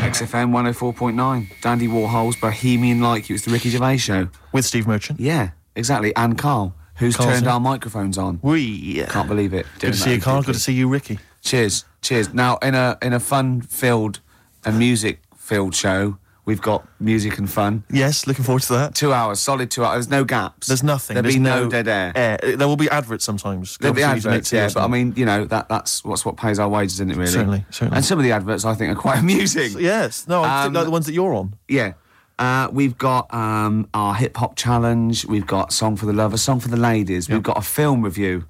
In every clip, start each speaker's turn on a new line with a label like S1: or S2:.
S1: XFM 104.9. Dandy Warhol's Bohemian Like You. It's the Ricky Gervais show.
S2: With Steve Merchant.
S1: Yeah, exactly. And Carl, who's
S2: Carl's
S1: turned
S2: in.
S1: our microphones on.
S2: We.
S1: Can't believe it.
S2: Good to see you, Carl. Good to see you, Ricky.
S1: Cheers. Cheers. Now, in a in a fun-filled and music-filled show, we've got music and fun.
S2: Yes, looking forward to that.
S1: Two hours, solid two hours. There's no gaps.
S2: There's nothing.
S1: There'll
S2: There's
S1: be no, dead air.
S2: Uh, There will be adverts sometimes.
S1: There'll be
S2: Obviously, you need
S1: adverts,
S2: to make
S1: yeah,
S2: tea or
S1: but I
S2: something.
S1: mean, you know, that that's what's what pays our wages, isn't it? Really,
S2: Certainly, certainly.
S1: And some of the adverts I think are quite amusing.
S2: Yes. No, I
S1: Um,
S2: think like the ones that you're on.
S1: Yeah. Uh, we've got um, our hip hop challenge. We've got song for the lover, song for the ladies. We've got a film review.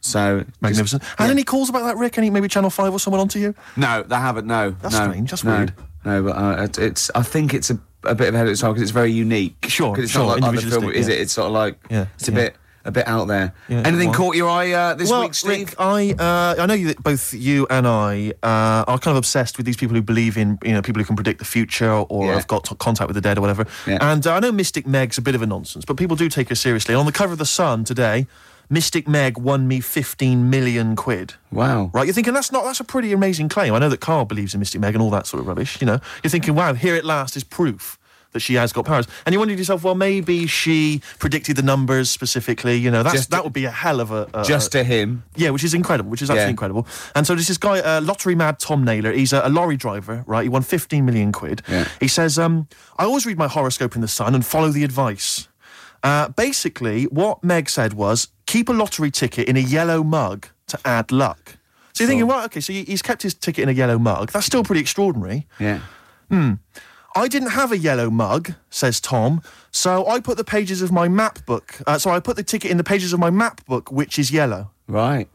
S1: So
S2: Magnificent.
S1: just-
S2: Had any calls about that, Rick? Any maybe Channel Five or someone onto you?
S1: no, they haven't. No,
S2: That's
S1: no,
S2: strange, that's
S1: no,
S2: weird.
S1: No, but uh, it, it's. I think it's a, a bit of ahead of its time because it's very unique.
S2: Sure,
S1: 'Cause it's
S2: sure,
S1: not like other film,
S2: individualistic,
S1: is
S2: yeah.
S1: it? It's sort of like
S2: Yeah,
S1: it's a
S2: yeah.
S1: bit a bit out there.
S2: Yeah,
S1: Anything
S2: well-
S1: caught your eye uh, this
S2: well,
S1: week, Steve?
S2: Rick, I uh, I know that both you and I uh, are kind of obsessed with these people who believe in you know people who can predict the future or
S1: Yeah.
S2: have got t- contact with the dead or whatever.
S1: Yeah.
S2: And uh, I know Mystic Meg's a bit of a nonsense, but people do take her seriously. on the cover of the Sun today, Mystic Meg won me fifteen million quid.
S1: wow.
S2: Right, you're thinking that's not that's a pretty amazing claim. I know that Carl believes in Mystic Meg and all that sort of rubbish. You know, you're thinking, wow, here at last is proof that she has got powers. And you wonder to yourself, well, maybe she predicted the numbers specifically. You know, that's
S1: Just-
S2: that would be a hell of a, uh, a
S1: Just to him.
S2: yeah, which is incredible, which is absolutely
S1: Yeah.
S2: incredible. And so there's this guy, uh, lottery mad Tom Naylor. He's a, a lorry driver, right? He won 15 million quid.
S1: Yeah.
S2: He says, um, I always read my horoscope in the sun and follow the advice. Uh, basically, what Meg said was keep a lottery ticket in a yellow mug to add luck. So you're thinking, well, okay, so he- he's kept his ticket in a yellow mug. That's still pretty extraordinary.
S1: Yeah.
S2: I didn't have a yellow mug, says Tom, so I put the pages of my map book. Uh, so I put the ticket in the pages of my map book, which is yellow.
S1: Right.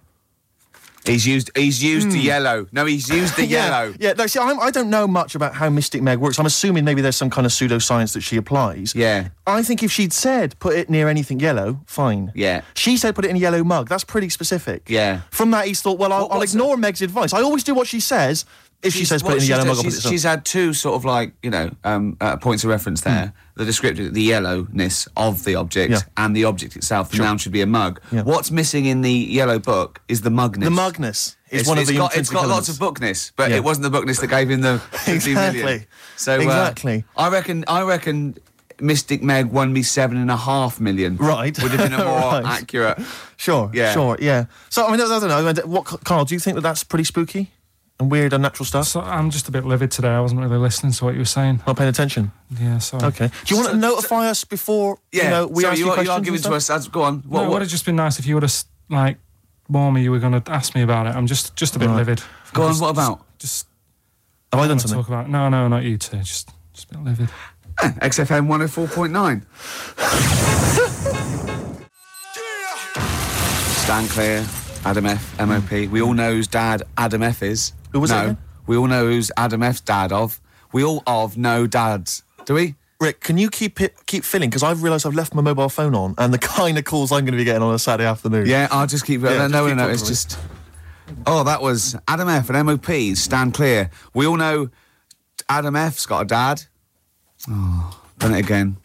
S1: He's used. He's used the yellow. No, he's used the
S2: Hmm. Yeah,
S1: yellow.
S2: Yeah, no, see, I'm, I don't know much about how Mystic Meg works. I'm assuming maybe there's some kind of pseudoscience that she applies.
S1: Yeah.
S2: I think if she'd said put it near anything yellow, fine.
S1: Yeah.
S2: She said put it in a yellow mug. That's pretty specific.
S1: Yeah.
S2: From that, he's thought, well, I'll,
S1: What-
S2: I'll
S1: what's
S2: ignore Meg's advice. I always do what she says. If she
S1: She's-
S2: says put
S1: well,
S2: it in a
S1: she's
S2: yellow
S1: done-
S2: mug, I'll put it
S1: she's,
S2: in-
S1: she's had two sort of like you know um, uh, points of reference there: the descriptive, the yellowness of the object,
S2: Hmm. Yeah.
S1: and the object itself. The noun should be a mug.
S2: Yeah.
S1: What's missing in the yellow book is the mugness.
S2: The mugness is
S1: It's-
S2: one of
S1: it's
S2: the
S1: got, it's
S2: intrinsic
S1: got lots
S2: elements.
S1: of bookness, but
S2: Yeah.
S1: it wasn't the bookness that gave him the 50 million.
S2: Exactly.
S1: So uh,
S2: Exactly.
S1: I reckon. I reckon. Mystic Meg won me seven and a half million.
S2: Right.
S1: Would have been a more
S2: Right.
S1: accurate.
S2: Sure,
S1: Yeah.
S2: sure, yeah. So, I mean, I don't know. I mean, What, Carl, do you think that that's pretty spooky and weird, unnatural stuff?
S3: So I'm just a bit livid today. I wasn't really listening to what you were saying.
S2: Not paying attention.
S3: Yeah, sorry.
S2: Okay. Do you want to notify us before
S1: Yeah.
S2: you know we
S1: so
S2: ask
S1: you,
S2: you
S1: are-
S2: questions?
S1: you are
S2: and
S1: giving to
S2: stuff?
S1: us. That's, go on.
S3: Well, no, it would have just been nice if you would have like warned me you were going to ask me about it. I'm just just a bit
S2: Right.
S3: livid.
S1: Go on.
S3: Just-
S1: What about?
S3: Just
S2: Have I done
S3: wanna
S2: something?
S3: talk about. No, no, not you two. Just just a bit livid.
S1: XFM 104.9. Stan Clear, Adam F, MOP. We all know whose dad Adam F is.
S2: Who was it
S1: no,
S2: again?
S1: We all know who's Adam F's dad of. We all of know dads. Do we?
S2: Rick, can you keep it keep filling? Because I've realised I've left my mobile phone on, and the kind of calls I'm going to be getting on a Saturday afternoon.
S1: Yeah, I'll just keep.
S2: Yeah,
S1: no,
S2: just
S1: no,
S2: keep
S1: no,
S2: talking
S1: it's
S2: to me.
S1: just. Oh, that was Adam F and MOP. Stan Clear. We all know Adam F's got a dad. Oh, done it again.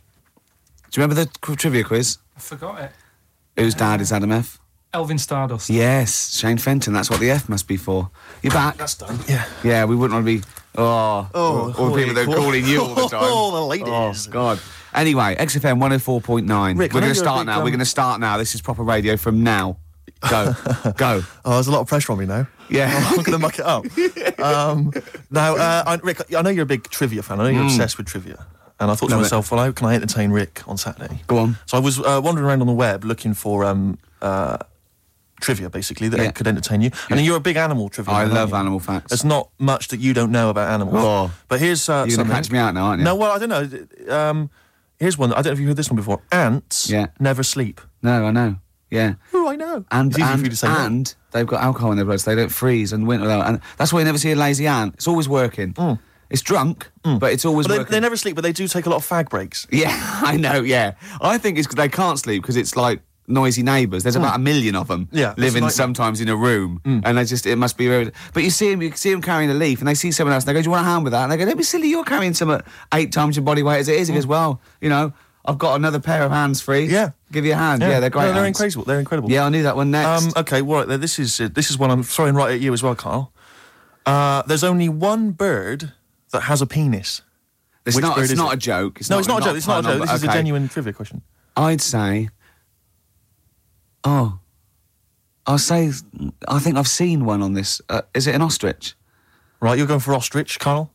S1: Do you remember the qu- trivia quiz?
S3: I forgot it.
S1: Whose dad is Adam F?
S3: Elvin Stardust.
S1: Yes, Shane Fenton. That's what the F must be for. You're back.
S2: done. Yeah.
S1: yeah, we wouldn't want to be. Oh,
S2: Oh,
S1: all the people that are
S2: holy
S1: calling
S2: cow.
S1: you all the time.
S2: Oh, the ladies.
S1: Oh, God. Anyway, XFM 104.9.
S2: Rick,
S1: We're
S2: I
S1: going
S2: know
S1: to
S2: you're a
S1: start
S2: big,
S1: now. We're
S2: um,
S1: going to start now. This is proper radio from now. Go. Go.
S2: Oh, there's a lot of pressure on me now.
S1: Yeah.
S2: I'm going to muck it up. Um, now, uh, I, Rick, I know you're a big trivia fan. I know you're obsessed with trivia. And I thought to
S1: Mm. Love it.
S2: myself, well, how can I entertain Rick on Saturday?
S1: Go on.
S2: So I was uh, wandering around on the web looking for um, uh, trivia, basically, that
S1: Yeah.
S2: could entertain you. And you're a big animal trivia.
S1: I
S2: fan, aren't
S1: love
S2: you?
S1: animal facts.
S2: There's not much that you don't know about animals.
S1: Oh.
S2: But here's uh,
S1: You're going to
S2: something.
S1: catch me out now, aren't you?
S2: No, well, I don't know. Um, here's one. I don't know if you heard this one before. Ants
S1: Yeah.
S2: never sleep.
S1: No, I know. Yeah.
S2: Oh, I know.
S1: And
S2: it's easy
S1: and,
S2: for you to say that.
S1: and they've got alcohol in their blood, so they don't freeze and winter. And that's why you never see a lazy ant. It's always working. It's drunk, but it's always
S2: Mm. But they,
S1: working.
S2: they never sleep, but they do take a lot of fag breaks.
S1: Yeah, I know. Yeah, I think it's 'cause they can't sleep because it's like noisy neighbours. There's about a million of them
S2: Mm. Yeah, it's
S1: living
S2: like-
S1: sometimes in a room,
S2: Mm.
S1: and they just it must be. very- But you see them, you see them carrying a leaf, and they see someone else, and they go, "Do you want a hand with that?" And they go, "Don't be silly, you're carrying some at eight times your body weight as it is." He goes, "Well, you know, I've got another pair of hands free.
S2: Mm. Yeah.
S1: give you a hand. Yeah, they're great.
S2: No, they're
S1: hands.
S2: incredible. They're incredible.
S1: Yeah, I knew that one next.
S2: Um, okay, well, right, this is uh, this is one I'm throwing right at you as well, Carl. Uh, there's only one bird that has a penis?
S1: It's
S2: Which
S1: not.
S2: bird
S1: It's
S2: is
S1: not
S2: it?
S1: a joke. It's
S2: no,
S1: not,
S2: it's not a joke. It's not a
S1: pun on,
S2: joke. This
S1: but
S2: is a
S1: okay.
S2: genuine trivia question.
S1: I'd say. Oh, I'll say. I think I've seen one on this. Uh, is it an ostrich?
S2: Right, you're going for ostrich, Carl.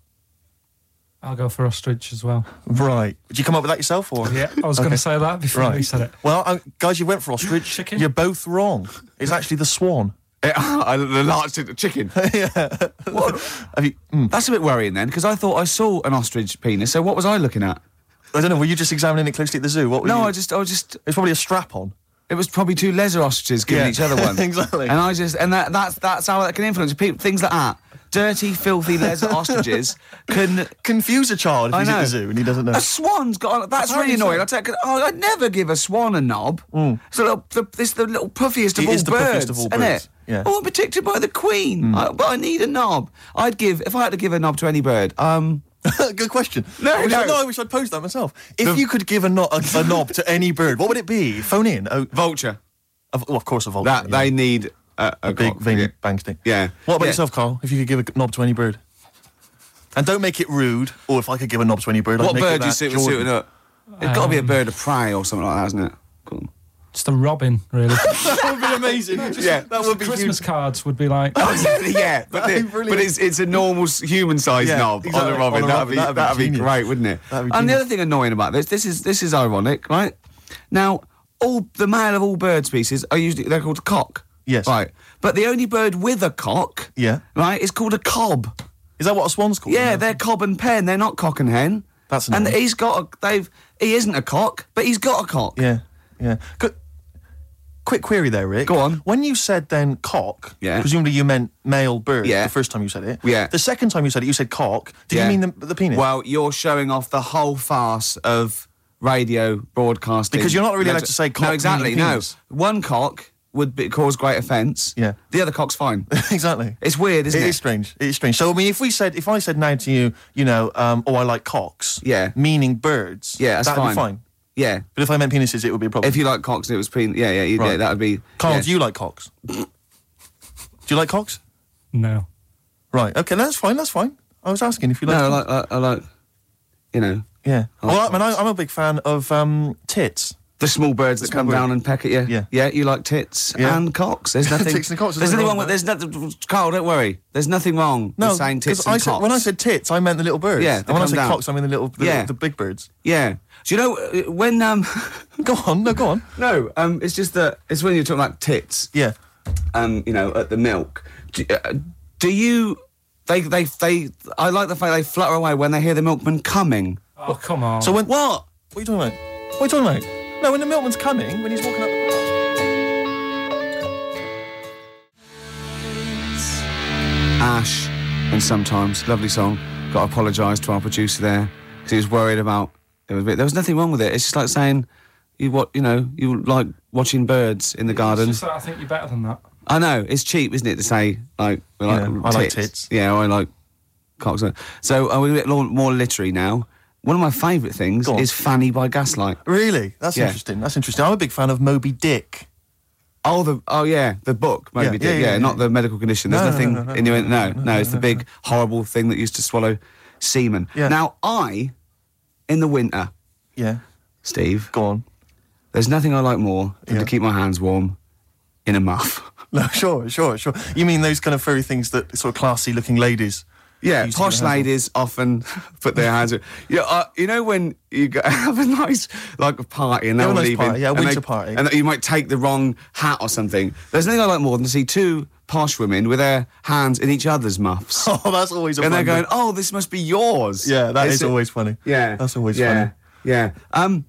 S3: I'll go for ostrich as well.
S1: Mm-hmm.
S2: Right. Did you come up with that yourself, or
S3: Yeah, I was going to say that before
S2: Right.
S3: you said it.
S2: Well, um, guys, you went for ostrich.
S3: Chicken?
S2: You're both wrong. It's actually the swan.
S1: Eh, I- the large the chicken. What?
S2: Have you, mm.
S1: Hmm. That's a bit worrying then, because I thought I saw an ostrich penis. So what was I looking at?
S2: I don't know. Were you just examining it closely at the zoo? What? Were
S1: No,
S2: you,
S1: I just, I was just.
S2: It's probably a strap on.
S1: It was probably two leather ostriches giving
S2: Yeah,
S1: each other one.
S2: exactly.
S1: And I just, and that, that's that's how that can influence people. Things like that, dirty, filthy leather ostriches can.
S2: Confuse a child if
S1: I
S2: he's at
S1: know.
S2: the zoo and he doesn't know.
S1: A swan's got. That's
S2: Apparently
S1: really annoying.
S2: so.
S1: I take. Oh, I'd never give a swan a knob. It's the little, the, it's the little puffiest of
S2: Mm. It
S1: all
S2: is the
S1: birds,
S2: puffiest of all
S1: isn't
S2: birds,
S1: it?
S2: yeah. Mm.
S1: Oh, I'm protected by the queen, I- but I need a knob. I'd give if I had to give a knob to any bird. Um,
S2: Good question.
S1: No,
S2: I wish I,
S1: no.
S2: no, I wish I'd posed that myself. If you could give a, no- a, a knob to any bird, what would it be? Phone in. Oh,
S1: vulture.
S2: of, well, of course, a vulture.
S1: That
S2: yeah.
S1: they need a, a
S2: big
S1: cock.
S2: veiny
S1: Yeah.
S2: bang thing.
S1: Yeah.
S2: What about
S1: Yeah.
S2: yourself, Carl? If you could give a knob to any bird, and don't make it rude. Or if I could give a knob to any bird, I'd
S1: What
S2: make it
S1: bird
S2: that
S1: you see was
S2: Jordan.
S1: suiting up? It's got to be a bird of prey or something like that, hasn't it? Um, Cool.
S3: It's the robin, really.
S2: that would be amazing.
S1: Yeah.
S2: that would be
S3: Christmas cards would be like.
S1: Oh, yeah, but,
S2: That'd
S1: the-
S2: be brilliant.
S1: but it's it's a normal human sized
S2: Yeah,
S1: knob
S2: exactly,
S1: on a robin.
S2: on a
S1: that'd
S2: robin.
S1: be
S2: That'd
S1: that'd,
S2: be
S1: be
S2: genius.
S1: great, wouldn't it?
S2: That'd
S1: and
S2: be
S1: the
S2: genius.
S1: other thing annoying about this this is this is ironic, right? Now, all the male of all bird species are usually they're called cock.
S2: Yes.
S1: Right. But the only bird with a cock,
S2: Yeah.
S1: right, is called a cob.
S2: Is that what a swan's called?
S1: Yeah, they're cob and pen. They're not cock and hen.
S2: That's
S1: and
S2: annoying.
S1: he's got a, they've he isn't a cock, but he's got a cock.
S2: yeah, yeah. Good. Quick query there, Rick.
S1: Go on.
S2: When you said then cock,
S1: Yeah.
S2: presumably you meant male bird.
S1: Yeah.
S2: The first time you said it.
S1: Yeah.
S2: The second time you said it, you said cock. Did
S1: Yeah.
S2: you mean the, the penis?
S1: Well, you're showing off the whole farce of radio broadcasting
S2: Because you're not really allowed
S1: Legend-
S2: to say cock
S1: No,
S2: meaning
S1: exactly. No,
S2: penis.
S1: one cock would be, cause great offence.
S2: Yeah.
S1: the other cock's fine.
S2: exactly.
S1: It's weird, isn't it?
S2: It is strange. It is strange. So I mean, if we said, if I said now to you, you know, um, oh, I like cocks.
S1: Yeah.
S2: Meaning birds.
S1: yeah, that's
S2: that'd
S1: fine.
S2: be fine.
S1: Yeah,
S2: But if I meant penises, it would be a problem.
S1: if you like cocks, and it was penis. Yeah, yeah, yeah,
S2: Right.
S1: yeah. That would be.
S2: Carl,
S1: yeah.
S2: do you like cocks? do you like cocks?
S3: No.
S2: Right. Okay. That's fine. That's fine. I was asking if you like.
S1: No, I
S2: cocks.
S1: like, I, I like, you know,
S2: Yeah.
S1: I like
S2: well, I mean, I,
S1: cocks.
S2: I'm a big fan of um, tits.
S1: the small birds that
S2: small
S1: come
S2: bird.
S1: down and peck at you.
S2: Yeah.
S1: yeah. You like tits
S2: Yeah.
S1: and cocks. There's nothing.
S2: Tits and cocks,
S1: There's
S2: there's
S1: nothing
S2: nothing
S1: wrong
S2: wrong
S1: with. There's nothing. Carl, don't worry. There's nothing wrong
S2: No,
S1: with saying tits
S2: 'cause
S1: and
S2: I
S1: cocks.
S2: said, when I said tits, I meant the little birds.
S1: Yeah,
S2: And
S1: they
S2: when I
S1: come
S2: said
S1: down.
S2: cocks, I mean the little, the,
S1: Yeah.
S2: the big birds.
S1: yeah. Do you know uh, when um.
S2: Go on, no, go on.
S1: No, um, it's just that it's when you're talking about tits,
S2: Yeah.
S1: um, you know, at the milk. Do, uh, do you? They, they, they. I like the fact they flutter away when they hear the milkman coming.
S3: Oh, come on.
S2: So when what? What are you talking about? What are you talking about? No, when the milkman's coming, when he's walking up. the
S1: Ash, and sometimes lovely song. Got to apologise to our producer there because he was worried about. It was a bit, there was nothing wrong with it. It's just like saying you what you know you like watching birds in the
S3: It's
S1: garden.
S3: just that I think you're better than that.
S1: I know it's cheap, isn't it, to say like, we like
S2: know, I like tits.
S1: Yeah, I like cocks. So uh, we're a bit lo- more literary now. One of my favourite things
S2: Go on.
S1: is Fanny by Gaslight.
S2: Really? That's
S1: Yeah.
S2: interesting. That's interesting. I'm a big fan of Moby Dick.
S1: Oh, the oh yeah, the book Moby
S2: Yeah,
S1: Dick.
S2: yeah,
S1: Yeah,
S2: yeah, yeah.
S1: not the medical condition. There's
S2: No, no,
S1: nothing
S2: no, no, no,
S1: in your no, no, It's the big horrible thing that used to swallow semen.
S2: Yeah.
S1: Now I, in the winter,
S2: Yeah.
S1: Steve,
S2: Go on.
S1: there's nothing I like more than
S2: Yeah.
S1: to keep my hands warm in a muff.
S2: No, sure, sure, sure. You mean those kind of furry things that sort of classy looking ladies?
S1: Yeah,
S2: use to
S1: posh
S2: get hands on?
S1: ladies often put their hands. You know, uh, you know when you go, have a nice like a party and they're
S2: Have a
S1: all
S2: nice
S1: leaving,
S2: party, yeah, a
S1: and they-
S2: winter party.
S1: and you might take the wrong hat or something. There's nothing I like more than to see two posh women with their hands in each other's muffs,
S2: Oh, that's always a
S1: and they're
S2: fun
S1: going,
S2: one.
S1: "Oh, this must be yours."
S2: Yeah, that
S1: It's-
S2: is always funny.
S1: Yeah,
S2: That's always
S1: yeah,
S2: funny.
S1: Yeah, um,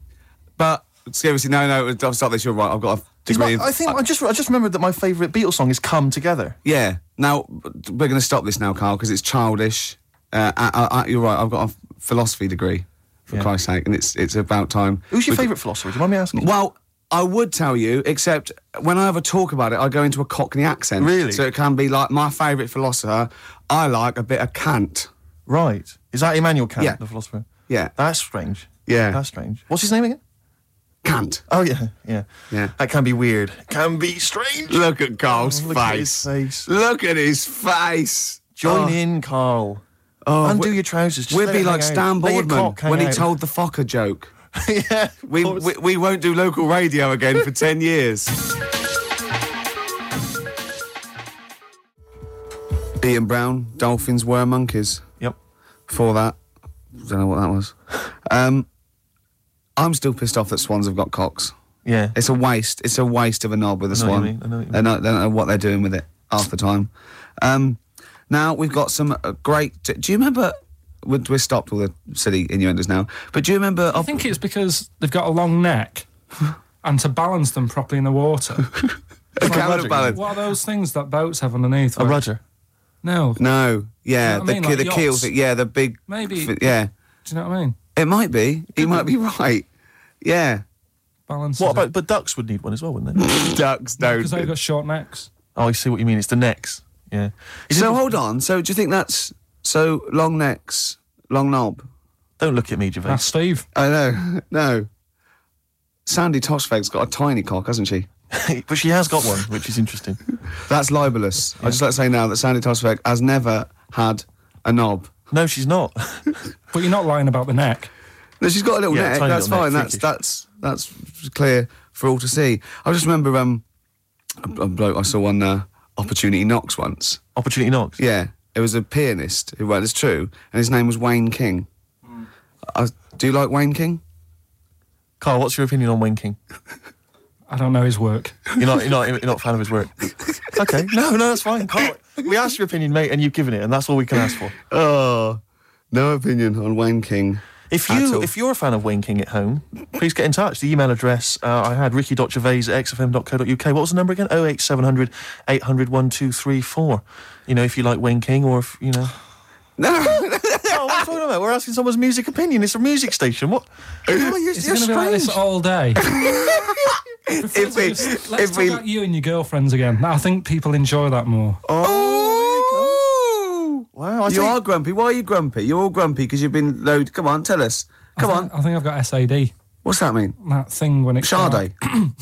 S1: but seriously, no, no, I'll stop this. You're right. I've got a
S2: Is
S1: degree.
S2: my-
S1: in-
S2: I think I just I just remembered that my favourite Beatles song is "Come Together."
S1: Yeah. Now we're going to stop this now, Carl, because it's childish. Uh, I, I, I- you're right. I've got a philosophy degree, for
S2: Yeah.
S1: Christ's sake, and it's it's about time.
S2: Who's your
S1: We-
S2: favourite philosopher? Do you mind me asking?
S1: Well, I would tell you, except when I have a talk about it, I go into a Cockney accent.
S2: Really?
S1: So it can be like my favourite philosopher. I like a bit of Kant.
S2: Right. Is that Immanuel Kant,
S1: Yeah.
S2: the philosopher?
S1: Yeah.
S2: That's strange.
S1: Yeah.
S2: That's strange. What's his name again?
S1: Kant.
S2: Oh yeah, yeah,
S1: Yeah.
S2: That can be weird. Can be strange.
S1: Look at Carl's
S2: Oh, look at his face.
S1: Look at his face.
S2: Join
S1: Oh.
S2: in, Carl.
S1: Oh,
S2: Undo
S1: we-
S2: your trousers. Just
S1: We'll
S2: let
S1: be
S2: it
S1: like
S2: hang out.
S1: Stan
S2: Let your
S1: Boardman
S2: cock hang
S1: when he
S2: out.
S1: told the fucker joke.
S2: yeah,
S1: We,
S2: of course.
S1: we, we won't do local radio again for 10 years. Ian Brown, Dolphins Were Monkeys.
S2: Yep.
S1: For that, don't know what that was. Um, I'm still pissed off that swans have got cocks.
S2: Yeah.
S1: It's a waste. It's a waste of a knob with a
S2: know what
S1: swan.
S2: you mean, I know what you
S1: They don't- they don't know what they're doing with it half the time. Um, now we've got some uh, great. Do you remember? We're, we're stopped all the silly innuendos now. But do you remember?
S3: I think it's because they've got a long neck, and to balance them properly in the water.
S1: a counterbalance.
S2: rudder,
S1: balance.
S3: what are those things that boats have underneath?
S2: A
S3: where-
S2: rudder.
S3: No.
S1: No, yeah,
S3: You know what
S1: the
S3: I mean?
S1: ki-
S3: Like
S1: the keel
S3: yachts.
S1: thing. Yeah, the big.
S3: Maybe-
S1: f- yeah,
S3: Do you know what I mean?
S1: it might be. He might be right. Yeah.
S3: Balance.
S2: What about? But ducks would need one as well, wouldn't they?
S1: Ducks don't.
S3: Because they've got short necks.
S2: oh, I see what you mean. It's the necks. Yeah. Is it-
S1: So hold on. So do you think that's so long necks, long knob?
S2: don't look at me, Gervais.
S3: That's Steve.
S1: I know. No. Sandy Toshfeg's got a tiny cock, hasn't she?
S2: but she has got one, which is interesting.
S1: That's libelous. I just like to say now that Sandy Toshfeg has never had a knob.
S2: No, she's not.
S3: But you're not lying about the neck.
S1: No, she's got a little
S2: Yeah,
S1: neck.
S2: tiny
S1: That's
S2: little
S1: fine.
S2: neck,
S1: that's that's that's clear for all to see. I just remember um, a, a bloke I saw one uh, Opportunity Knox once.
S2: Opportunity knocks.
S1: Yeah, it was a pianist who well, it's true, and his name was Wayne King. I, do you like Wayne King?
S2: Carl, what's your opinion on winking?
S3: I don't know his work.
S2: You're not, you're not, you're not a fan of his work. Okay. No, no, that's fine. Carl, we asked your opinion, mate, and you've given it, and that's all we can ask for.
S1: Oh, no opinion on Wayne King.
S2: If
S1: at
S2: you
S1: all.
S2: if you're a fan of winking at home, please get in touch. The email address uh, I had ricky.gervais at xfm.co.uk. What was the number again? 08700 800 1234. You know, if you like winking or if, you know.
S1: no,
S2: oh, what are you talking about? We're asking someone's music opinion. It's a music station. What? Oh, you're,
S3: It's
S2: you're
S3: going to be like this
S2: strange.
S3: all day.
S1: if we,
S3: Let's let's
S1: if
S3: talk
S1: we,
S3: about you and your girlfriends again. I think people enjoy that more.
S1: oh,
S2: Wow, I
S1: you
S2: think-
S1: are grumpy. Why are you grumpy? You're all grumpy because you've been load. Come on, tell us. Come
S3: I
S1: on.
S3: think, I think I've got SAD.
S1: What's that mean?
S3: That thing when it's dark.
S1: Sade.
S3: You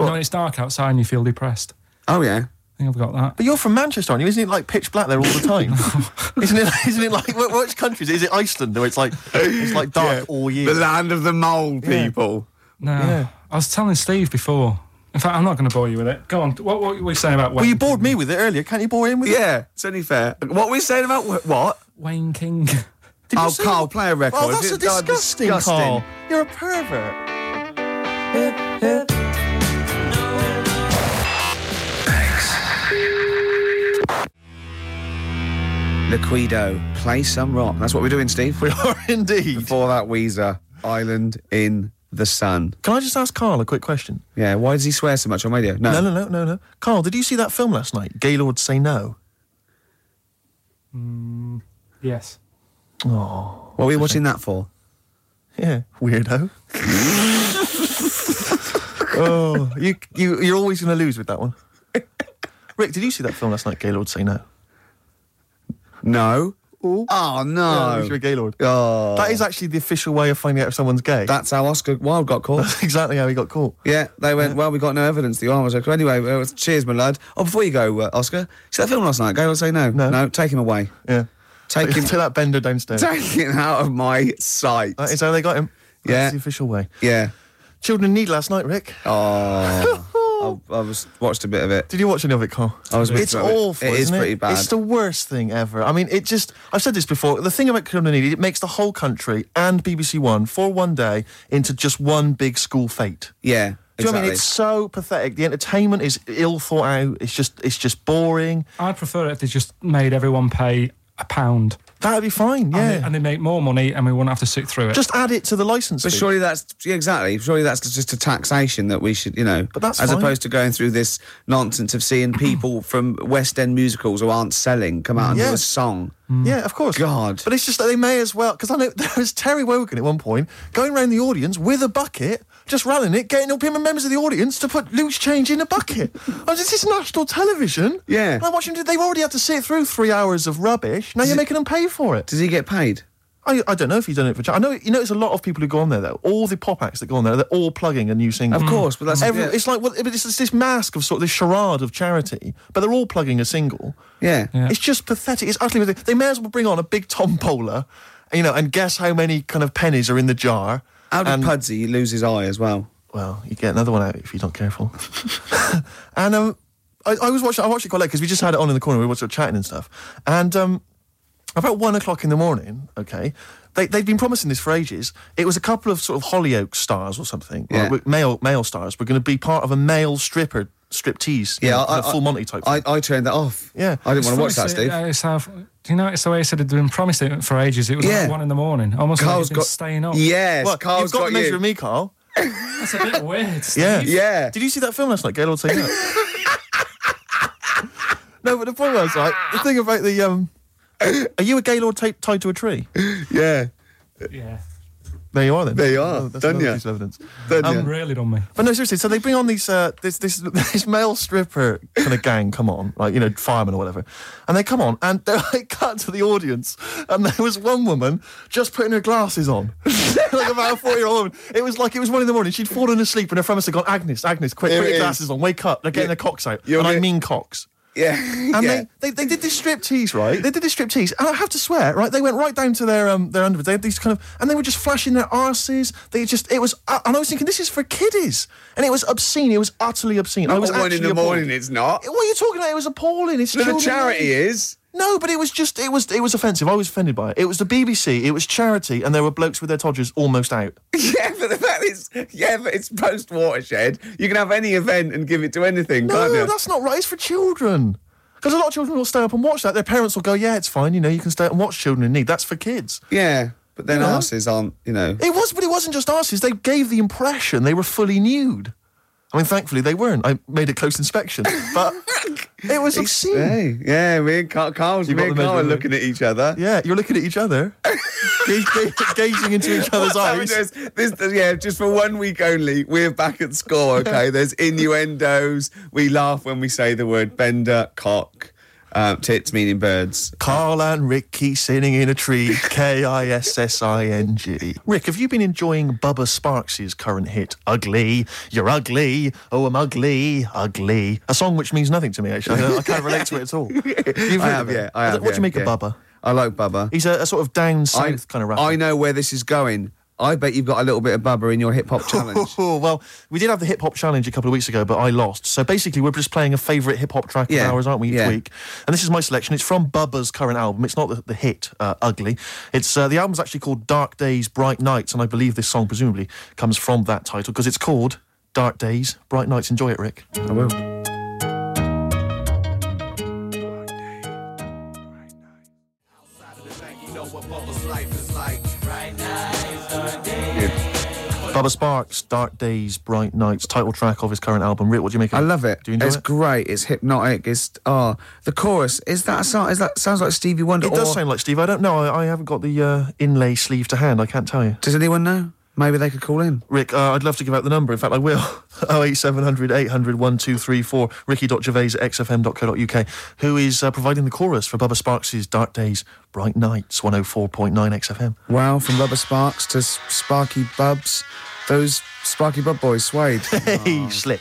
S3: know, when it's dark outside and you feel depressed.
S1: Oh yeah.
S3: I think I've got that.
S2: But you're from Manchester, aren't you? Isn't it like pitch black there all the time? isn't it? Isn't it like wh- which countries? Is it Iceland where it's like it's like dark all year?
S1: The land of the mole people.
S3: No,
S2: Yeah.
S3: I was telling Steve before. In fact, I'm not going to bore you with it. Go on. What, what were you saying about Wayne?
S2: well, you bored me with it earlier. Can't you bore him with
S1: Yeah.
S2: it?
S1: it's only fair. What were we saying about wh- what?
S3: Wayne King.
S2: Did you
S1: Oh,
S2: see
S1: Carl,
S2: what-
S1: play a record.
S2: Oh, that's
S1: It's
S2: a
S1: not
S2: disgusting,
S1: disgusting.
S2: Carl. You're a pervert.
S1: Liquido, play some rock. That's what we're doing, Steve.
S2: We are indeed.
S1: Before that, Weezer, Island in the Sun.
S2: Can I just ask Carl a quick question?
S1: Yeah, why does he swear so much on radio? No.
S2: No, no, no, no, no. Carl, did you see that film last night? Gaylord Say No.
S3: yes.
S2: Oh,
S1: What were you watching that for?
S2: yeah, weirdo. oh, you, you, you're always going to lose with that one. Rick, did you see that film last night? Gaylord Say No.
S1: No.
S2: Oh.
S1: Oh, no.
S2: you're a Gaylord.
S1: oh.
S2: That is actually the official way of finding out if someone's gay.
S1: That's how Oscar Wilde got caught.
S2: That's exactly how he got caught.
S1: Yeah, they went, well, we got no evidence. The arm was okay. Anyway, uh, cheers, my lad. Oh, before you go, uh, Oscar, see that film last night? Go and say no.
S2: No.
S1: No, take him away.
S2: Yeah.
S1: Take him,
S2: to that bender downstairs.
S1: take him out of my sight.
S2: That is how they got him. That's
S1: Yeah.
S2: the official way.
S1: Yeah.
S2: Children Need last night, Rick.
S1: Oh. I, I was watched a bit of it.
S2: Did you watch any of it, Carl?
S1: I was
S2: It's
S1: a bit of it.
S2: awful.
S1: It is
S2: isn't
S1: pretty bad.
S2: It's the worst thing ever. I mean, it just. I've said this before. The thing about Children Need, it makes the whole country and BBC One for one day into just one big school fate.
S1: Yeah.
S2: Do you know what I
S1: exactly.
S2: mean? It's so pathetic. The entertainment is ill thought out. It's just. It's just boring.
S3: I'd prefer it if they just made everyone pay a pound.
S2: That'd be fine. Yeah.
S3: And, they, and they make more money and we wouldn't have to sit through it.
S2: just add it to the license.
S1: But
S2: fee.
S1: surely that's yeah, exactly. Surely that's just a taxation that we should, you know,
S2: But that's
S1: as
S2: fine.
S1: opposed to going through this nonsense of seeing people from West End musicals who aren't selling come out and do
S2: Yeah.
S1: a song.
S2: Yeah, of course.
S1: Mm. God.
S2: But it's just that they may as well, because I know there was Terry Wogan at one point going around the audience with a bucket, just rallying it, getting all the members of the audience to put loose change in a bucket. I was just, this is national television.
S1: Yeah.
S2: And I'm watching, they've already had to sit through three hours of rubbish. Now you're making them pay for it.
S1: Does he get paid?
S2: I, I don't know if you've done it for charity. I know you notice a lot of people who go on there though. All the pop acts that go on there, they're all plugging a new single. Mm.
S1: Of course, but that's
S2: Every,
S1: Mm. yeah.
S2: It's like well, but it's, it's this mask of sort of this charade of charity, but they're all plugging a single.
S1: yeah.
S3: Yeah.
S2: It's just pathetic. It's utterly pathetic. They may as well bring on a big tombola, you know, and guess how many kind of pennies are in the jar.
S1: How did
S2: and,
S1: Pudsey lose his eye as well?
S2: well, you get another one out if you're not careful. and um, I, I was watching. I watched it quite late because we just had it on in the corner. We were sort of chatting and stuff. And um, about one o'clock in the morning, okay, they they'd been promising this for ages. It was a couple of sort of Hollyoaks stars or something,
S1: Yeah.
S2: like, with male male stars. were going to be part of a male stripper striptease, you know,
S1: I,
S2: like full Monty type.
S1: I,
S2: thing.
S1: I turned that off.
S2: Yeah.
S1: I didn't
S2: It's
S1: want to watch that,
S3: Promise it-
S1: Steve.
S3: uh, it's how, do you know it's the way he said it had been promised it for ages? It was
S1: Yeah.
S3: like one in the morning. Almost like
S1: Carl's
S3: he'd been
S1: got
S3: staying up.
S1: Yes,
S2: Well,
S1: Carl's
S2: you've got, to measure
S1: you.
S2: me, Carl.
S3: That's a bit weird. Steve.
S2: Yeah.
S1: Yeah.
S2: Did you see that film last night, Gaylord Say No? no, but the point was, right, the thing about the, um, are you a Gaylord ta- tied to a tree?
S1: Yeah.
S3: Yeah.
S2: There you are then.
S1: There you are,
S2: Oh, That's
S1: done
S2: another
S1: ya?
S2: piece of evidence.
S1: Done
S2: Um,
S1: ya?
S3: Really done me.
S2: But no, seriously, so they bring on these, uh, this, this, this male stripper kind of gang, come on, like, you know, firemen or whatever. And they come on and they're like, cut to the audience. And there was one woman just putting her glasses on. like about a four year old woman. It was like, it was one in the morning. She'd fallen asleep and her friend had gone, Agnes, Agnes, quick,
S1: Here
S2: put
S1: it
S2: your
S1: is.
S2: glasses on, wake up. They're getting their cocks out.
S1: You're
S2: and I
S1: gonna-
S2: mean cocks.
S1: Yeah.
S2: And
S1: yeah.
S2: they, they, they did this striptease, right? They did this striptease. And I have to swear, right? They went right down to their um their underwear. They had these kind of, and they were just flashing their arses. They just, it was, uh, and I was thinking, this is for kiddies. And it was obscene. It was utterly obscene. I
S1: Not
S2: was
S1: at one in
S2: actually
S1: the
S2: appalled.
S1: morning, it's not.
S2: What are you talking about? It was appalling. It's
S1: No, the
S2: children.
S1: charity is.
S2: No, but it was just, it was, it was offensive. I was offended by it. It was the BBC. It was charity, and there were blokes with their todgers almost out.
S1: Yeah, but the fact is, yeah, but it's post watershed. You can have any event and give it to anything, can't
S2: No,
S1: you?
S2: that's not right. It's for children. Because a lot of children will stay up and watch that. Their parents will go, yeah, it's fine. You know, you can stay up and watch children in need. That's for kids.
S1: Yeah, but then
S2: No.
S1: asses aren't, you know.
S2: It was, but it wasn't just arses. They gave the impression they were fully nude. I mean, thankfully they weren't. I made a close inspection, but it was obscene.
S1: Hey, yeah, me and Carl, Carl's,
S2: You
S1: me
S2: got
S1: and
S2: the
S1: Carl are
S2: measurement.
S1: looking at each other.
S2: Yeah, you're looking at each other, ga- ga- gazing into each other's
S1: What's happened
S2: eyes.
S1: is, This, this, yeah, just for one week only, we're back at score, okay? There's innuendos. We laugh when we say the word bender, cock, uh, tits meaning birds.
S2: Carl and Ricky sitting in a tree. K I S S I N G. Rick, have you been enjoying Bubba Sparks' current hit, Ugly? You're ugly. Oh, I'm ugly. Ugly. A song which means nothing to me, actually. I, don't- I can't relate to it at all. You've heard
S1: I
S2: of
S1: have,
S2: it?
S1: yeah. I
S2: don't-
S1: have,
S2: What do
S1: yeah,
S2: you make
S1: yeah.
S2: of Bubba?
S1: I like Bubba.
S2: He's a, a sort of down
S1: I,
S2: south kind of rapper.
S1: I know where this is going. I bet you've got a little bit of Bubba in your hip hop challenge.
S2: Oh, well, we did have the hip hop challenge a couple of weeks ago, but I lost. So basically, we're just playing a favourite hip hop track
S1: Yeah,
S2: of ours, aren't we, each
S1: yeah.
S2: week? And this is my selection. It's from Bubba's current album. It's not the, the hit, uh, Ugly. It's uh, The album's actually called Dark Days, Bright Nights, and I believe this song presumably comes from that title because it's called Dark Days, Bright Nights. Enjoy it, Rick.
S1: I will.
S2: Bubba Sparks, Dark Days, Bright Nights, title track of his current album. Rick, what do you make of
S1: I love it.
S2: Do you enjoy
S1: it's
S2: it?
S1: great. It's hypnotic. It's oh, the chorus is that a song? Is that sounds like Stevie Wonder?
S2: It does
S1: or-
S2: sound like Steve. I don't know. I, I haven't got the uh, inlay sleeve to hand. I can't tell you.
S1: Does anyone know? Maybe they could call in.
S2: Rick, uh, I'd love to give out the number. In fact, I will. 08700 800 1234, ricky.gervais at xfm.co.uk, who is uh, providing the chorus for Bubba Sparks' Dark Days, Bright Nights, 104.9 XFM.
S1: Wow, from Rubber Sparks to S- Sparky Bubs, those Sparky Bub boys swayed.
S2: Hey, slick.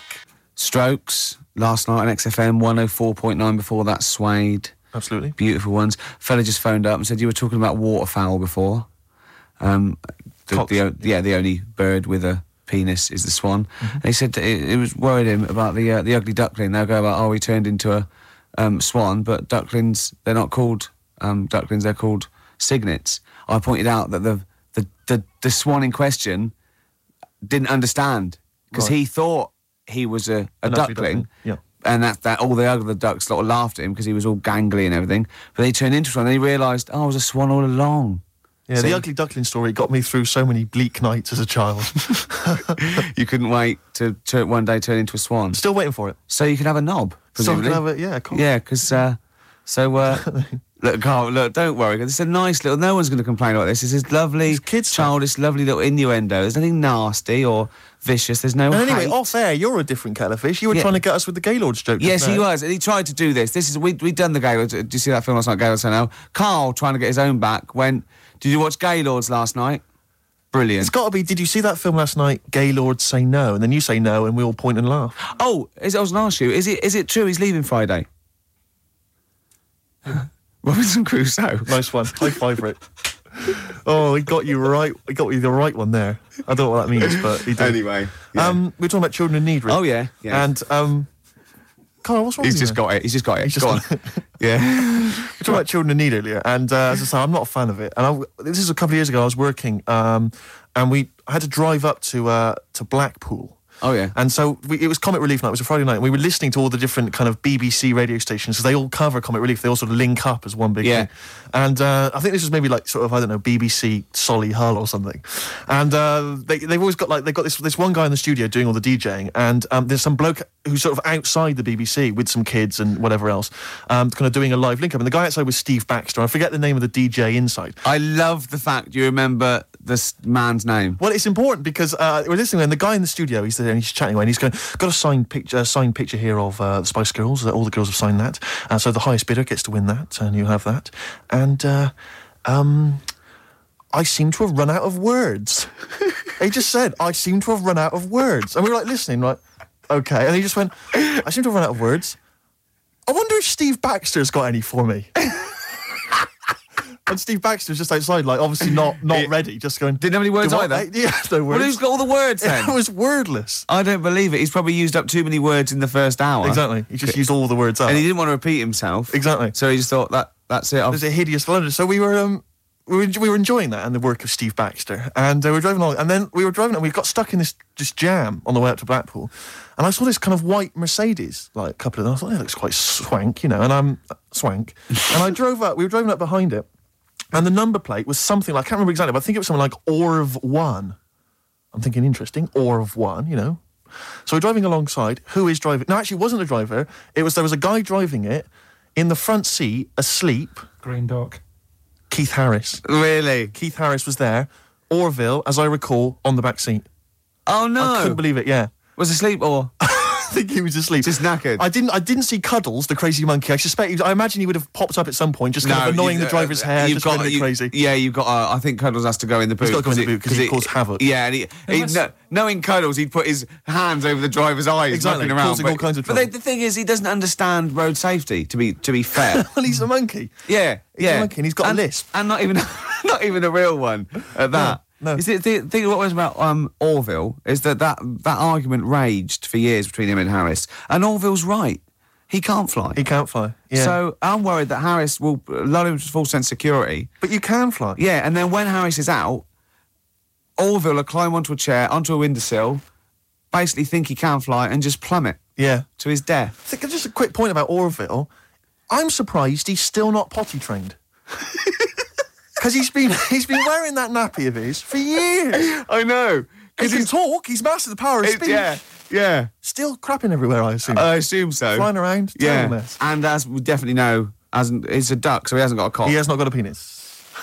S1: Strokes last night on XFM 104.9. Before that, swayed.
S2: Absolutely.
S1: Beautiful ones. Fella just phoned up and said you were talking about waterfowl before. Um, the,
S2: Cocks.
S1: the, o- yeah, the only bird with a penis is the swan.
S2: Mm-hmm.
S1: And he said that it, it was worried him about the uh, the ugly duckling. They'll go about, oh, he turned into a um, swan, but ducklings they're not called um, ducklings. They're called cygnets. I pointed out that the the the, the swan in question didn't understand because
S2: Right.
S1: he thought he was a, a
S2: An ugly
S1: duckling.
S2: duckling, yeah.
S1: And that, that all the other ducks sort of laughed at him because he was all gangly and everything. But they turned into a swan and he realised, oh, I was a swan all along.
S2: Yeah,
S1: See?
S2: the ugly duckling story got me through so many bleak nights as a child.
S1: you couldn't wait to tur one day turn into a swan.
S2: Still waiting for it.
S1: So you could have a knob,
S2: Still
S1: presumably.
S2: could have a- yeah, cool.
S1: Yeah, because uh, so uh, Look, Carl, look, don't worry. 'cause It's a nice little. No one's going to complain about this. It's this lovely,
S2: It's kid stuff.
S1: childish, lovely little innuendo. There's nothing nasty or vicious. There's no.
S2: And anyway,
S1: hate.
S2: off air, you're a different kettle of fish. You were
S1: Yeah.
S2: trying to get us with the Gaylord joke. just
S1: Yes, he
S2: now.
S1: was, and he tried to do this. This is we we done the Gaylord. Do you see that film last night, Gaylord Now? Carl trying to get his own back. Went. Did you watch Gaylords last night? Brilliant.
S2: It's got to be. Did you see that film last night? Gaylord say no, and then you say no, and we all point and laugh.
S1: Oh, is I was going to ask you. Is it is it true he's leaving Friday? Robinson Crusoe.
S2: Nice one. High five for it. Oh, he got you right. He got you the right one there. I don't know what that means, but he did.
S1: Anyway, yeah.
S2: um, we we're talking about children in need. Rick.
S1: Oh, yeah, yeah.
S2: And um, Carl, what's wrong?
S1: he's
S2: with you
S1: just
S2: there?
S1: got it. He's just got it.
S2: He's just
S1: Go on. yeah.
S2: We talked about children in need earlier, and uh, as I say, I'm not a fan of it. And I, this is a couple of years ago. I was working, um, and we I had to drive up to uh, to Blackpool.
S1: Oh, yeah.
S2: And so we, it was Comic Relief night. It was a Friday night, and we were listening to all the different kind of BBC radio stations because they all cover Comic Relief. They all sort of link up as one big
S1: Yeah.
S2: thing. And uh, I think this was maybe like sort of I don't know BBC Solly Hull or something. And uh, they they've always got like they've got this this one guy in the studio doing all the DJing, and um, there's some bloke who's sort of outside the BBC with some kids and whatever else, um, kind of doing a live link up. And the guy outside was Steve Baxter. I forget the name of the DJ inside.
S1: I love the fact you remember this man's name.
S2: Um, Well, it's important because uh, we're listening, and the guy in the studio, he's there and he's chatting away, and he's going, "Got a signed picture, a signed uh, picture here of uh, the Spice Girls. All the girls have signed that, uh, so the highest bidder gets to win that, and you have that." And uh, um, I seem to have run out of words. he just said, "I seem to have run out of words," and we were like listening, like, "Okay," and he just went, "I seem to have run out of words." I wonder if Steve Baxter's got any for me. And Steve Baxter's just outside, like obviously not not ready, just going.
S1: Didn't have any words
S2: "Do what,
S1: either?"
S2: mate?" Yeah, no words.
S1: Well, who's got all the words then?
S2: It was wordless.
S1: I don't believe it. He's probably used up too many words in the first hour.
S2: Exactly. He just used all the words out.
S1: And he didn't want to repeat himself.
S2: Uh-huh. Exactly.
S1: So he just thought that that's it.
S2: It
S1: I've-
S2: was a hideous blunder. So we were um we were, we were enjoying that and the work of Steve Baxter, and uh, we were driving along, and then we were driving and we got stuck in this this jam on the way up to Blackpool, and I saw this kind of white Mercedes, like a couple of them. I thought "Oh, it looks quite swank, you know, and I'm uh, swank, and I drove up. We were driving up behind it, and the number plate was something like, I can't remember exactly, but I think it was something like Orv One. I'm thinking interesting, or of one, you know. So we're driving alongside. Who is driving? No, actually, it wasn't a driver. It was there was a guy driving it in the front seat, asleep.
S3: Green Duck.
S2: Keith Harris.
S1: really?
S2: Keith Harris was there. Orville, as I recall, on the back seat.
S1: Oh
S2: I couldn't
S1: no!
S2: believe it. Yeah,
S1: Was asleep or
S2: I think he was asleep.
S1: just knackered?
S2: I didn't. I didn't see Cuddles, the crazy monkey. I suspect. he- I imagine he would have popped up at some point, just kind of annoying
S1: you- uh,
S2: the driver's hair, just going a bit
S1: you-
S2: crazy.
S1: Yeah, you've got. Uh, I think Cuddles has to go in the boot.
S2: gotta go in
S1: 'cause
S2: the
S1: it-
S2: boot 'cause he
S1: it-
S2: caused havoc.
S1: Yeah, and he, he
S3: Unless-
S1: kno- knowing Cuddles, he'd put his hands over the driver's eyes,
S2: Exactly,
S1: mucking around,
S2: causing all kinds of
S1: But the,
S2: trouble.
S1: the thing is, he doesn't understand road safety. To be to be fair,
S2: Well, he's a monkey.
S1: yeah,
S2: He's a
S1: yeah,
S2: monkey and he's got a
S1: and,
S2: lisp.
S1: and not even not even a real one at that.
S2: no.
S1: Is it, the thing what was about um, Orville is that, that that argument raged for years between him and Harris, and Orville's right. He can't fly.
S2: He can't fly. Yeah.
S1: So I'm worried that Harris will lull him to full sense of security.
S2: but you can fly.
S1: Yeah, and then when Harris is out, Orville will climb onto a chair, onto a windowsill, basically think he can fly and just plummet
S2: Yeah.
S1: to his death.
S2: Think- Just a quick point about Orville. I'm surprised he's still not potty trained. Because he's been he's been wearing that nappy of his for years.
S1: I know.
S2: He can talk. He's mastered the power of speech.
S1: yeah, yeah.
S2: Still crapping everywhere, I assume.
S1: I assume so.
S2: Flying around.
S1: Uh, Yeah.
S2: terrible mess.
S1: And as we definitely know, as it's a duck, so he hasn't got a cock.
S2: He has not got a penis.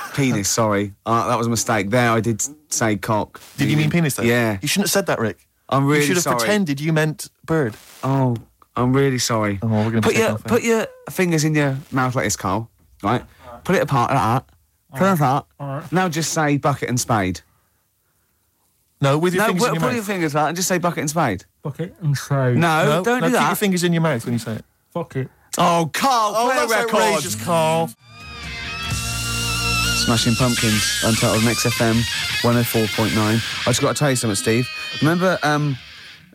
S1: Penis, sorry. Uh, that was a mistake. There, I did say cock.
S2: Did you mean penis, though?
S1: Yeah.
S2: You shouldn't have said that, Rick.
S1: I'm really
S2: You should have
S1: sorry.
S2: pretended you meant bird.
S1: Oh, I'm really sorry.
S2: Oh, we're gonna
S1: put
S2: take
S1: your
S2: off here.
S1: put your fingers in your mouth like this, Carl. Right? Put it apart like that. Put it apart.
S3: Alright.
S1: Now just say bucket and spade.
S2: No, with your
S1: no,
S2: fingers
S1: put,
S2: in your
S1: put
S2: mouth.
S1: your fingers like that and just say bucket and spade.
S3: Bucket and trade.
S1: No,
S2: no,
S1: don't
S2: no,
S1: do
S2: Keep
S1: that.
S2: your fingers in your mouth when you say it.
S3: Fuck it.
S1: oh, Carl, play a record.
S2: outrageous, Carl.
S1: Smashing Pumpkins, Untitled Mix FM, 104.9. I just got to tell you something, Steve. Remember um,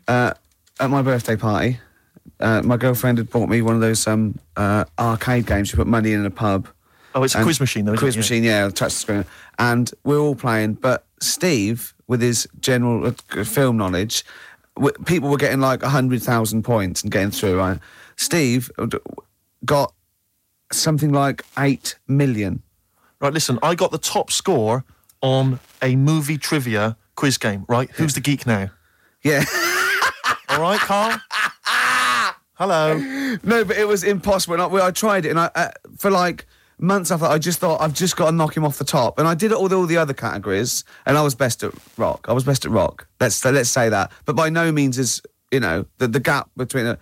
S1: uh, at my birthday party, uh, my girlfriend had bought me one of those um, uh, arcade games. You put money in a pub.
S2: Oh, it's a
S1: And-
S2: quiz machine, though. isn't
S1: Quiz
S2: it? Yeah.
S1: machine, yeah, touch the screen. And we're all playing, but Steve, with his general uh, g- film knowledge, w- people were getting like 100,000 points and getting through, right? Steve uh, d- got something like 8 million.
S2: Right, listen, I got the top score on a movie trivia quiz game, right? Who's the geek now?
S1: Yeah.
S2: All right, Carl? Hello.
S1: No, but it was impossible. And I, well, I tried it, and I uh, for like months after that, I just thought I've just got to knock him off the top, and I did it with all the other categories, and I was best at rock. I was best at rock. Let's let's say that, but by no means is you know the the gap between a,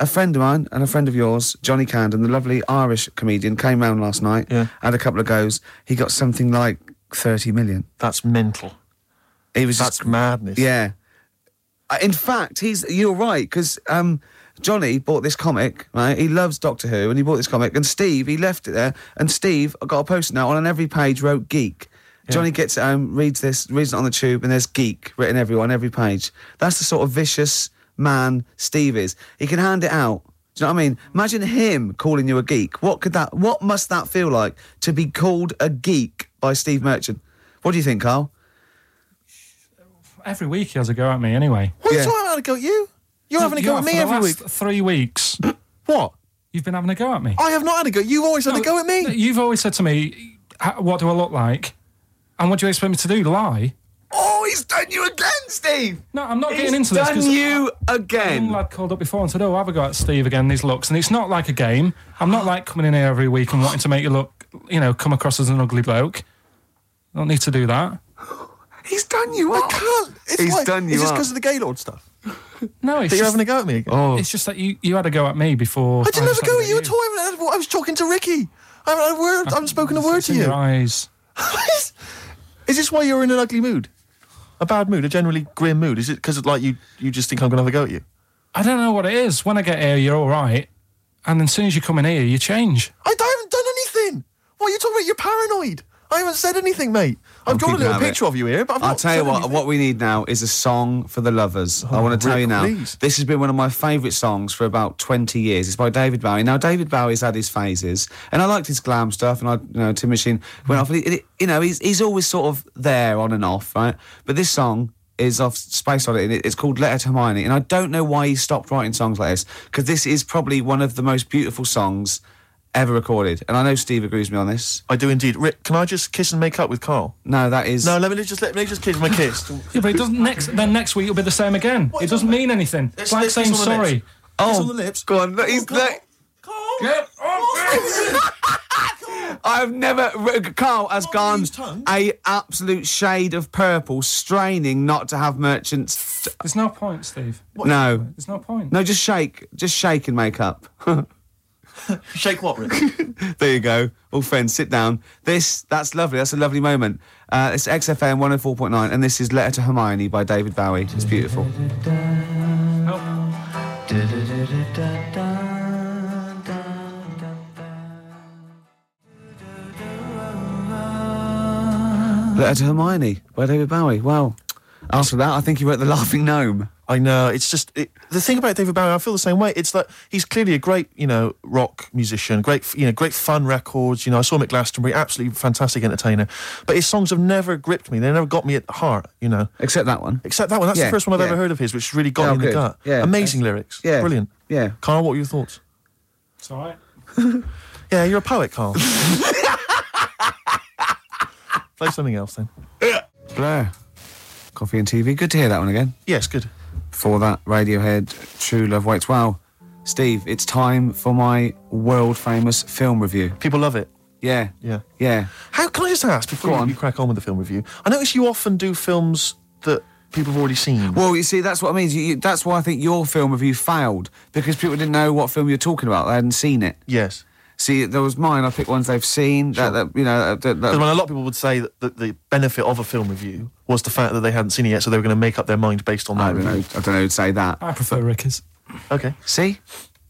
S1: a friend of mine and a friend of yours, Johnny Candon, the lovely Irish comedian, came round last night.
S2: Yeah.
S1: had a couple of goes. He got something like thirty million.
S2: That's mental.
S1: He was just
S2: That's madness.
S1: yeah. Uh, In fact, he's you're right because um, Johnny bought this comic. Right, he loves Doctor Who, and he bought this comic. And Steve, he left it there, and Steve I got a post note on, and every page wrote geek. Johnny gets it home, reads this, reads it on the tube, and there's geek written everywhere on every page. That's the sort of vicious man Steve is. He can hand it out. Do you know what I mean? Imagine him calling you a geek. What could that? What must that feel like to be called a geek by Steve Merchant? What do you think, Carl?
S3: Every week he has a go at me anyway.
S2: What are you
S1: Yeah.
S2: talking about? I go at you. You're having a go
S3: You
S2: at
S3: know,
S2: me
S3: for the
S2: every week.
S3: last Three weeks,
S2: What?
S3: you've been having a go at me.
S2: I have not had a go. You've always had a go at me.
S3: You've always said to me, "H- "What do I look like?" And what do you expect me to do? Lie?
S1: Oh, he's done you again, Steve.
S3: No, I'm not
S1: He's
S3: getting into this.
S1: done
S3: 'cause
S1: you
S3: One
S2: Oh
S1: again.
S3: lad called up before and said, "Oh, have a go at Steve again. These looks." And it's not like a game. I'm not like coming in here every week and wanting to make you look, you know, come across as an ugly bloke. I don't need to do that.
S1: He's done you
S2: I can't. It's
S1: He's
S2: like,
S1: done you
S2: Is this
S1: up.
S2: because of the Gaylord stuff?
S3: No, it's
S2: That you're
S3: just,
S2: having a go at me again?
S1: Oh,
S3: it's just that you, you had a go at me before.
S2: I didn't have a
S3: just
S2: go
S3: had
S2: at you at all. I, haven't had- I was talking to Ricky. I haven't, had a word, I haven't spoken a word
S3: It's
S2: to
S3: in your
S2: you.
S3: eyes.
S2: is this why you're in an ugly mood? A bad mood, a generally grim mood? Is it because like you, you just think I'm going to have a go at you?
S3: I don't know what it is. When I get here, you're all right, and as soon as you come in here, you change.
S2: I, d- I haven't done anything. What are you talking about? You're paranoid. I haven't said anything, mate. I've
S1: I'm
S2: drawn a
S1: keeping
S2: little
S1: at it.
S2: picture of you here, but I've
S1: I'll
S2: not
S1: tell you
S2: said
S1: what.
S2: anything.
S1: What we need now is a song for the lovers. I want to tell
S2: Oh, Rick,
S1: you now.
S2: please.
S1: This has been one of my favourite songs for about twenty years. It's by David Bowie. Now David Bowie's had his phases, and I liked his glam stuff. And I, you know, Tim Machine went off. And he- he- you know, he's he's always sort of there on and off, right? But this song is off Space Oddity, and it- it's called Letter to Hermione. And I don't know why he stopped writing songs like this because this is probably one of the most beautiful songs ever recorded. And I know Steve agrees with me on this.
S2: I do indeed. Rick, can I just kiss and make up with Carl?
S1: No, that is
S2: No, let me just let me just kiss my kiss.
S3: Yeah, but it doesn't. Next, then next week you'll be the same again.
S2: What
S3: it
S2: is
S3: doesn't
S2: that?
S3: mean anything. It's like saying sorry.
S2: Oh,
S1: Oh,
S2: on the lips.
S1: Go on, look, he's
S2: Carl.
S1: look-
S2: Carl.
S3: Get
S1: I've never. R- Carl has
S2: Not
S1: gone
S2: these tongues.
S1: a absolute shade of purple, straining not to have merchants. t-
S3: There's no point, Steve.
S1: no,
S3: There's no point.
S1: no, just shake, just shake and make up.
S2: Shake what, Rick?
S1: there you go. All friends, sit down. This, that's lovely. That's a lovely moment. Uh, it's XFM 104.9, and this is Letter to Hermione by David Bowie. It's beautiful. Letter to Hermione by David Bowie. Wow. After that, I think he wrote The Laughing Gnome.
S2: I know. It's just it, the thing about David Bowie. I feel the same way. It's like he's clearly a great, you know, rock musician. Great, f- you know, great fun records. You know, I saw him at Glastonbury. Absolutely fantastic entertainer. But his songs have never gripped me. They never got me at heart. You know,
S1: Except that one.
S2: except that one. That's the
S1: Yeah,
S2: first one I've
S1: yeah.
S2: ever heard of his, which really got
S1: Oh,
S2: me in the
S1: good.
S2: gut.
S1: Yeah.
S2: Amazing lyrics.
S1: Yeah.
S2: Brilliant.
S1: Yeah.
S2: Carl, what were your thoughts?
S3: It's all right.
S2: Yeah, you're a poet, Carl. Play something else then.
S1: Blur. Coffee and TV. Good to hear that one again.
S2: Yes, good.
S1: Before that, Radiohead, True Love Waits. Well, Steve, it's time for my world famous film review.
S2: People love it.
S1: Yeah.
S2: Yeah.
S1: Yeah.
S2: How can I just ask before
S1: Go
S2: you-
S1: on.
S2: you crack on with the film review? I notice you often do films that people have already seen.
S1: Well, you see, that's what I mean. You, you- that's why I think your film review failed because people didn't know what film you're talking about. They hadn't seen it.
S2: Yes.
S1: See, there was mine. I picked ones they've seen. That, that you know. That, that,
S2: Because a lot of people would say that the, the benefit of a film review was the fact that they hadn't seen it yet, so they were going to make up their mind based on
S1: I
S2: that
S1: don't know.
S2: review.
S1: I don't know who'd say that.
S3: I prefer Rickers.
S2: Okay.
S1: See?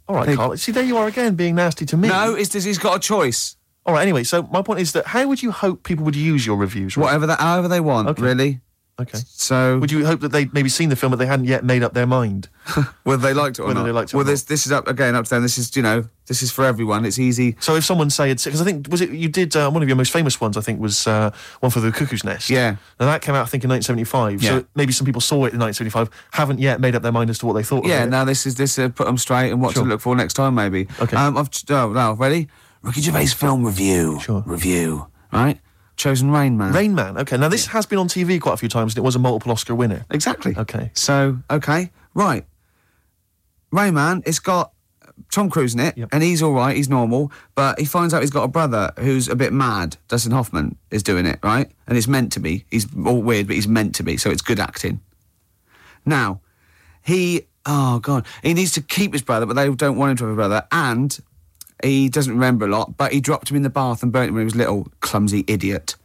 S2: All right,
S1: Hey.
S2: Carl. See, there you are again being nasty to me.
S1: No, it's just, he's got a choice.
S2: All right, anyway, so my point is that how would you hope people would use your reviews? Right?
S1: Whatever that, however they want.
S2: Okay.
S1: Really.
S2: Okay.
S1: So.
S2: Would you hope that they'd maybe seen the film but they hadn't yet made up their mind?
S1: whether they liked it or
S2: Whether
S1: not.
S2: they liked it or
S1: well, this this is up again up to them. This is you know this is for everyone. It's easy.
S2: So if someone said, because I think was it you did uh, one of your most famous ones, I think was uh, one for the Cuckoo's Nest.
S1: Yeah.
S2: Now that came out, I think, in 1975.
S1: Yeah.
S2: So maybe some people saw it in 1975, haven't yet made up their mind as to what they thought.
S1: Yeah.
S2: Of it.
S1: Now this is this uh, put them straight and what
S2: Sure.
S1: to look for next time maybe.
S2: Okay.
S1: Um, I've oh, now ready. Ricky Gervais film review.
S2: Sure.
S1: Review. Right. Chosen Rain Man.
S2: Rain Man. Okay. Now this has been on TV quite a few times, and it was a multiple Oscar winner.
S1: Exactly.
S2: Okay.
S1: So okay right. Rain Man. It's got Tom Cruise in it,
S3: Yep.
S1: and he's all right, he's normal, but he finds out he's got a brother who's a bit mad. Dustin Hoffman is doing it, right? And it's meant to be. He's all weird, but he's meant to be, so it's good acting. Now, he, oh God, he needs to keep his brother, but they don't want him to have a brother, and he doesn't remember a lot, but he dropped him in the bath and burnt him when he was little, clumsy idiot.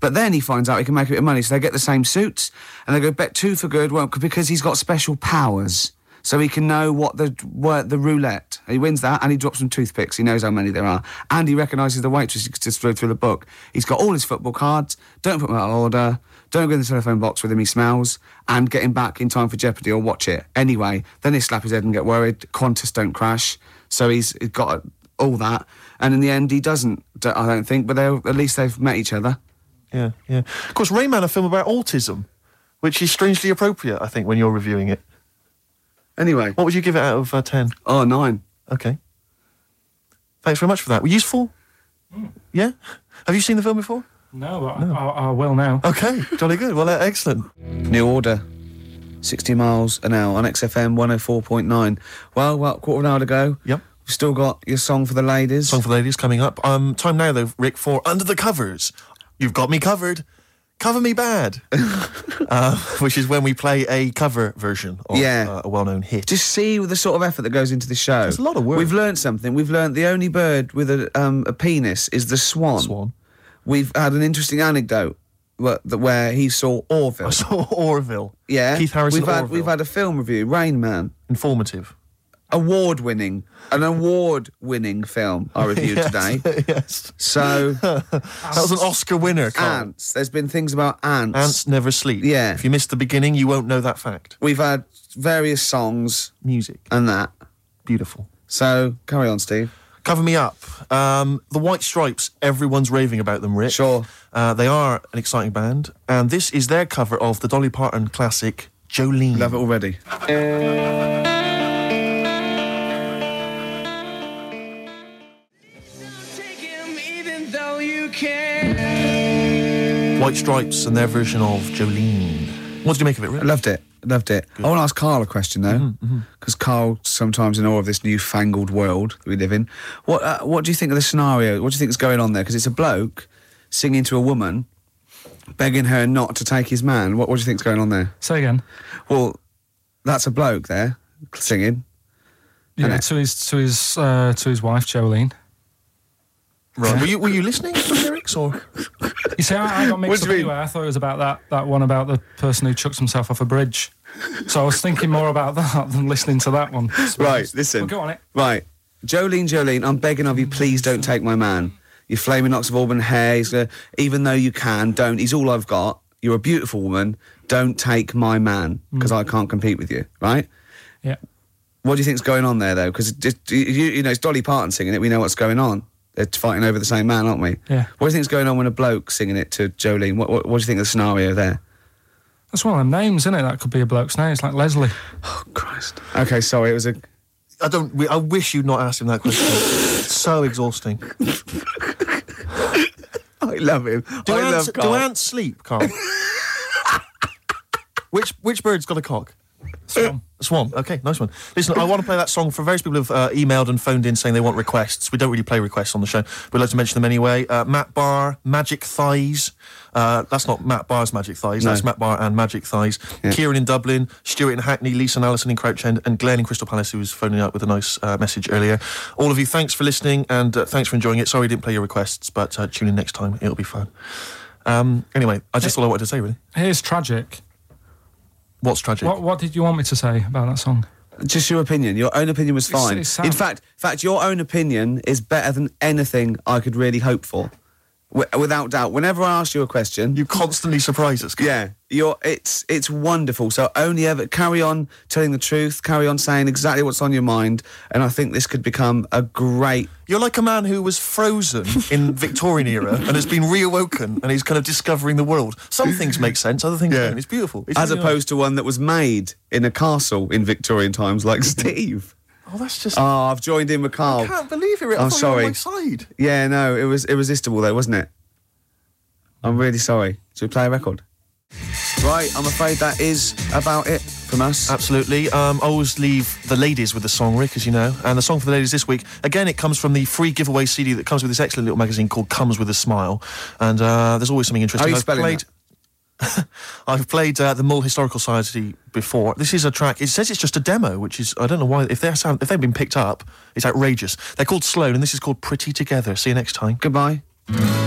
S1: But then he finds out he can make a bit of money, so they get the same suits, and they go bet two for good, well, because he's got special powers. So he can know what the what the roulette. He wins that, and he drops some toothpicks. He knows how many there are, and he recognises the waitress. He just read through the book. He's got all his football cards. Don't put them out of order. Don't go in the telephone box with him. He smells, and get him back in time for Jeopardy or watch it anyway. Then he slap his head and get worried. Qantas don't crash, so he's he's got all that. And in the end, he doesn't. d- I don't think, but they at least they've met each other.
S2: Yeah, yeah. Of course, Rayman, a film about autism, which is strangely appropriate, I think, when you're reviewing it.
S1: Anyway,
S2: What would you give it out of uh, 10?
S1: oh nine.
S2: Okay. Thanks very much for that. Were you useful? Yeah? Have you seen the film before?
S3: No, but I, I, I will now.
S2: Okay, jolly good. Well, uh, excellent.
S1: New Order, 60 miles an hour on XFM 104.9. Well, well, quarter of an hour to go.
S2: Yep.
S1: We've still got your song for the ladies.
S2: Song for Ladies coming up. Um, time now, though, Rick, for Under the Covers. You've got me covered. Cover me bad. uh, which is when we play a cover version of
S1: Yeah.
S2: uh, a well known hit.
S1: Just see the sort of effort that goes into the show.
S2: It's a lot of work.
S1: We've learned something. We've learned the only bird with a, um, a penis is the swan.
S2: Swan.
S1: We've had an interesting anecdote wh- that- where he saw Orville.
S2: Orville.
S1: Yeah.
S2: Keith Harrison.
S1: We've had,
S2: Orville.
S1: we've had a film review, Rain Man.
S2: informative.
S1: Award winning, an award winning film I reviewed today.
S2: yes.
S1: So,
S2: That was an Oscar winner, Carl.
S1: ants. There's been things about ants.
S2: Ants never sleep.
S1: Yeah.
S2: If you missed the beginning, you won't know that fact.
S1: we've had various songs
S2: Music.
S1: and that.
S2: Beautiful.
S1: So carry on, Steve.
S2: Cover me up. Um, the White Stripes, everyone's raving about them, Rick.
S1: Sure.
S2: Uh, they are an exciting band, and this is their cover of the Dolly Parton classic, Jolene.
S1: Love it already.
S4: Take him even though you can.
S2: White Stripes and their version of Jolene. What did you make of it, Rick?
S1: Loved it. Loved it. I want to ask Carl a question though, because Carl sometimes in awe of this newfangled world that we live in. What uh, What do you think of the scenario? What do you think is going on there? Because it's a bloke singing to a woman, begging her not to take his man. What What do you think's going on there?
S3: Say again.
S1: Well, that's a bloke there singing.
S3: Yeah,
S1: Hello.
S3: to his to his uh, to his wife Jolene.
S2: Right. Were you, were you listening to the lyrics, or...?
S3: You see, I, I got mixed
S1: What
S3: up
S1: do you
S3: anyway. I thought it was about that that one about the person who chucked himself off a bridge. So I was thinking more about that than listening to that one.
S1: Right, listen.
S3: Well, go on eh? it.
S1: Right. Jolene, Jolene, I'm begging of you, please don't take my man. Your flaming locks of auburn hair, he's gonna, even though you can, don't. He's all I've got. You're a beautiful woman. Don't take my man because I can't compete with you, right?
S3: Yeah.
S1: What do you think's going on there, though? Because you, you know it's Dolly Parton singing it. We know what's going on. They're fighting over the same man, aren't we?
S3: Yeah.
S1: What do you think's going on when a bloke singing it to Jolene? What, what, what do you think of the scenario there?
S3: That's one of them names, isn't it? That could be a bloke's name. It's like Leslie.
S1: Oh Christ. Okay, sorry. It was a.
S2: I don't. we- I wish you'd not asked him that question. it's so exhausting. Do,
S1: I love him. I
S2: ants,
S1: love Carl.
S2: do ants sleep, Carl? which which bird's got a cock?
S3: Swan.
S2: Swan. Okay, nice one. Listen, I want to play that song for various people who've uh, emailed and phoned in saying they want requests. We don't really play requests on the show, but we'd like to mention them anyway. Uh, Matt Barr, Magic Thighs. Uh, that's not Matt Barr's Magic Thighs. That's Matt Barr and Magic Thighs. Kieran in Dublin, Stuart in Hackney, Lisa and Alison in Crouch End, and Glenn in Crystal Palace, who was phoning out with a nice uh, message earlier. All of you, thanks for listening and uh, thanks for enjoying it. Sorry we didn't play your requests, but uh, tune in next time. It'll be fun. Um, anyway, I just all I wanted to say, really.
S3: Here's tragic.
S2: What's tragic?
S3: What what did you want me to say about that song?
S1: Just your opinion. Your own opinion was fine.
S3: it's
S1: in
S3: Sam.
S1: fact, in fact, your own opinion is better than anything I could really hope for, w- without doubt. Whenever I ask you a question,
S2: You constantly surprise us. Carl.
S1: yeah, you're it's it's wonderful. So only ever carry on telling the truth, carry on saying exactly what's on your mind, and I think this could become a great.
S2: You're like a man who was frozen in Victorian era and has been reawoken and he's kind of discovering the world. Some things make sense, other things don't. It's beautiful. It's
S1: As
S2: really
S1: opposed to one that was made in a castle in Victorian times, like Steve.
S2: nice. oh, that's just.
S1: Oh, I've joined in with Carl.
S2: I can't believe it. Rick. I
S1: I'm
S2: thought you were on my side.
S1: Yeah, no, it was irresistible though, wasn't it? I'm really sorry. Should we play a record? Right, I'm afraid that is about it for from us.
S2: Absolutely. Um, I always leave the ladies with the song, Rick, as you know. And the song for the ladies this week, again, it comes from the free giveaway CD that comes with this excellent little magazine called Comes With a Smile. And uh, there's always something interesting.
S1: How are you spelling
S2: I've played, I've played uh, the Mull Historical Society before. This is a track. It says it's just a demo, which is I don't know why. If they sound, if they've been picked up, it's outrageous. They're called Sloan, and this is called Pretty Together. See you next time.
S1: Goodbye.